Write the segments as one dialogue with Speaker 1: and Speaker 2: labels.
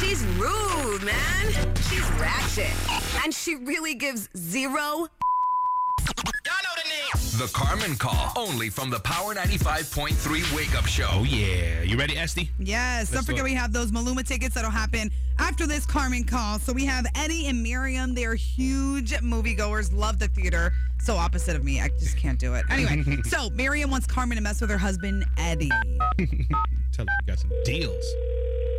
Speaker 1: She's rude, man. She's ratchet. And she really gives zero.
Speaker 2: The Carmen Call, only from the Power 95.3 Wake Up Show.
Speaker 3: Oh, yeah. You ready, Esty?
Speaker 4: Yes. Don't
Speaker 3: Let's
Speaker 4: forget
Speaker 3: do it.
Speaker 4: we have those Maluma tickets that'll happen after this Carmen call. So we have Eddie and Miriam. They're huge moviegoers, love the theater. So opposite of me. I just can't do it. Anyway, so Miriam wants Carmen to mess with her husband, Eddie.
Speaker 3: Tell them we got some deals.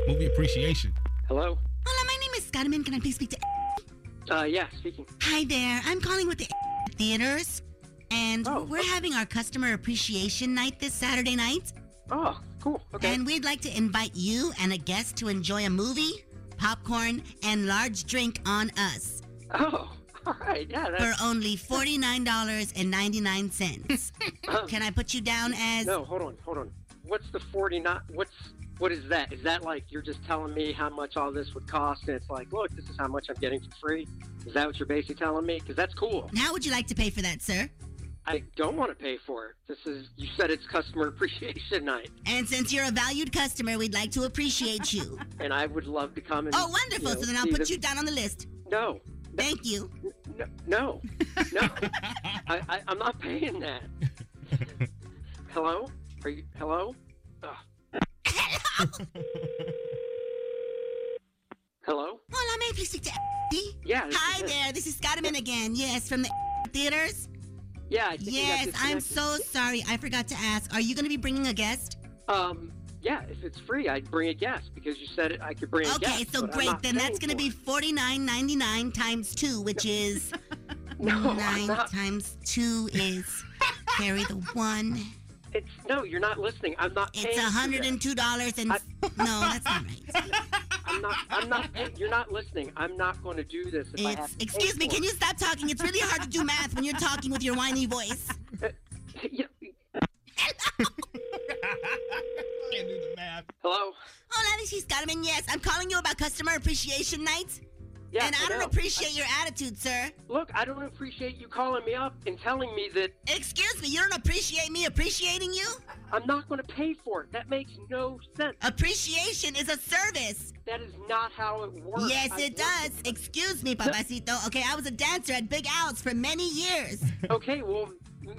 Speaker 3: Movie appreciation.
Speaker 5: Hello?
Speaker 6: Hello, my name is Scottman. Can I please speak to?
Speaker 5: Uh, yeah, speaking.
Speaker 6: Hi there. I'm calling with the theaters, and
Speaker 5: Oh.
Speaker 6: we're having our customer appreciation night this Saturday night,
Speaker 5: Oh, cool. Okay.
Speaker 6: and we'd like to invite you and a guest to enjoy a movie, popcorn, and large drink on us
Speaker 5: oh, all right. Yeah,
Speaker 6: for
Speaker 5: that's.
Speaker 6: only forty nine dollars and ninety nine cents. Can I put you down as?
Speaker 5: No, hold on, hold on. What's the 40 not? What's. What is that? Is that like you're just telling me how much all this would cost? And it's like, look, this is how much I'm getting for free. Is that what you're basically telling me? Because that's cool.
Speaker 6: How would you like to pay for that, sir?
Speaker 5: I don't want to pay for it. This is. You said it's customer appreciation night,
Speaker 6: And since you're a valued customer, we'd like to appreciate you.
Speaker 5: and I would love to come and.
Speaker 6: Oh, wonderful!
Speaker 5: you know,
Speaker 6: So then I'll
Speaker 5: see
Speaker 6: put
Speaker 5: this-
Speaker 6: you down on the list.
Speaker 5: No,
Speaker 6: Thank you.
Speaker 5: no, no, no. I, I, I'm not paying that. Hello? Are you? Hello? Ugh. Hello?
Speaker 6: Hello, may I please speak to?
Speaker 5: Yeah. this
Speaker 6: Hi
Speaker 5: is it.
Speaker 6: there, this is Scottman again. Yes, from the theaters.
Speaker 5: Yeah. I think we got
Speaker 6: Yes, I'm so
Speaker 5: disconnected.
Speaker 6: sorry. I forgot to ask. Are you going to be bringing a guest?
Speaker 5: Um. Yeah. If it's free, I'd bring a guest because you said it, I could bring a guest.
Speaker 6: Okay, so
Speaker 5: Uh, but I'm
Speaker 6: great.
Speaker 5: not
Speaker 6: Then that's
Speaker 5: paying
Speaker 6: going to
Speaker 5: for
Speaker 6: be
Speaker 5: it.
Speaker 6: $49.99 times two, which is
Speaker 5: No, I'm
Speaker 6: nine
Speaker 5: not.
Speaker 6: times two is carry the one.
Speaker 5: It's no. You're not listening. I'm not.
Speaker 6: It's
Speaker 5: paying for
Speaker 6: hundred
Speaker 5: that.
Speaker 6: and two dollars and no, that's not right.
Speaker 5: I'm not. I'm not. paying- You're not listening. I'm not going to do this. If I have
Speaker 6: It's
Speaker 5: to pay
Speaker 6: excuse me.
Speaker 5: for
Speaker 6: Can you stop talking? It's really hard to do math when you're talking with your whiny voice.
Speaker 5: it. Yeah,
Speaker 3: Can't do the math.
Speaker 5: Hello.
Speaker 6: Hola, this is Carmen. Yes, I'm calling you about customer appreciation night,
Speaker 5: Yeah.
Speaker 6: and I don't
Speaker 5: know.
Speaker 6: appreciate your attitude, sir.
Speaker 5: Look, I don't appreciate you calling me up and telling me that
Speaker 6: Excuse me, you don't appreciate me appreciating you?
Speaker 5: I'm not going to pay for it. That makes no sense.
Speaker 6: Appreciation is a service.
Speaker 5: That is not how it works.
Speaker 6: yes,
Speaker 5: I
Speaker 6: it
Speaker 5: work-
Speaker 6: does. Excuse me, Papacito. Okay, I was a dancer at Big Al's for many years.
Speaker 5: Okay, well,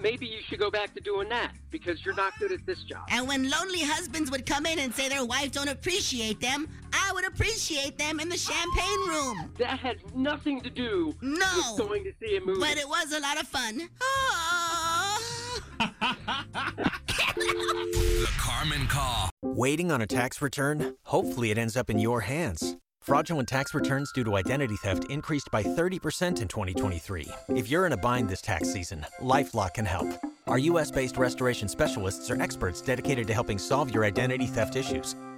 Speaker 5: maybe you should go back to doing that because you're not good at this job.
Speaker 6: And when lonely husbands would come in and say their wives don't appreciate them, I would appreciate them in the champagne room.
Speaker 5: That has nothing to do with
Speaker 6: No,
Speaker 5: going to see a movie.
Speaker 6: but it was a lot of fun. Oh.
Speaker 2: The Carmen Call.
Speaker 7: Waiting on a tax return? Hopefully, it ends up in your hands. Fraudulent tax returns due to identity theft increased by 30% in 2023. If you're in a bind this tax season, LifeLock can help. Our US based restoration specialists are experts dedicated to helping solve your identity theft issues.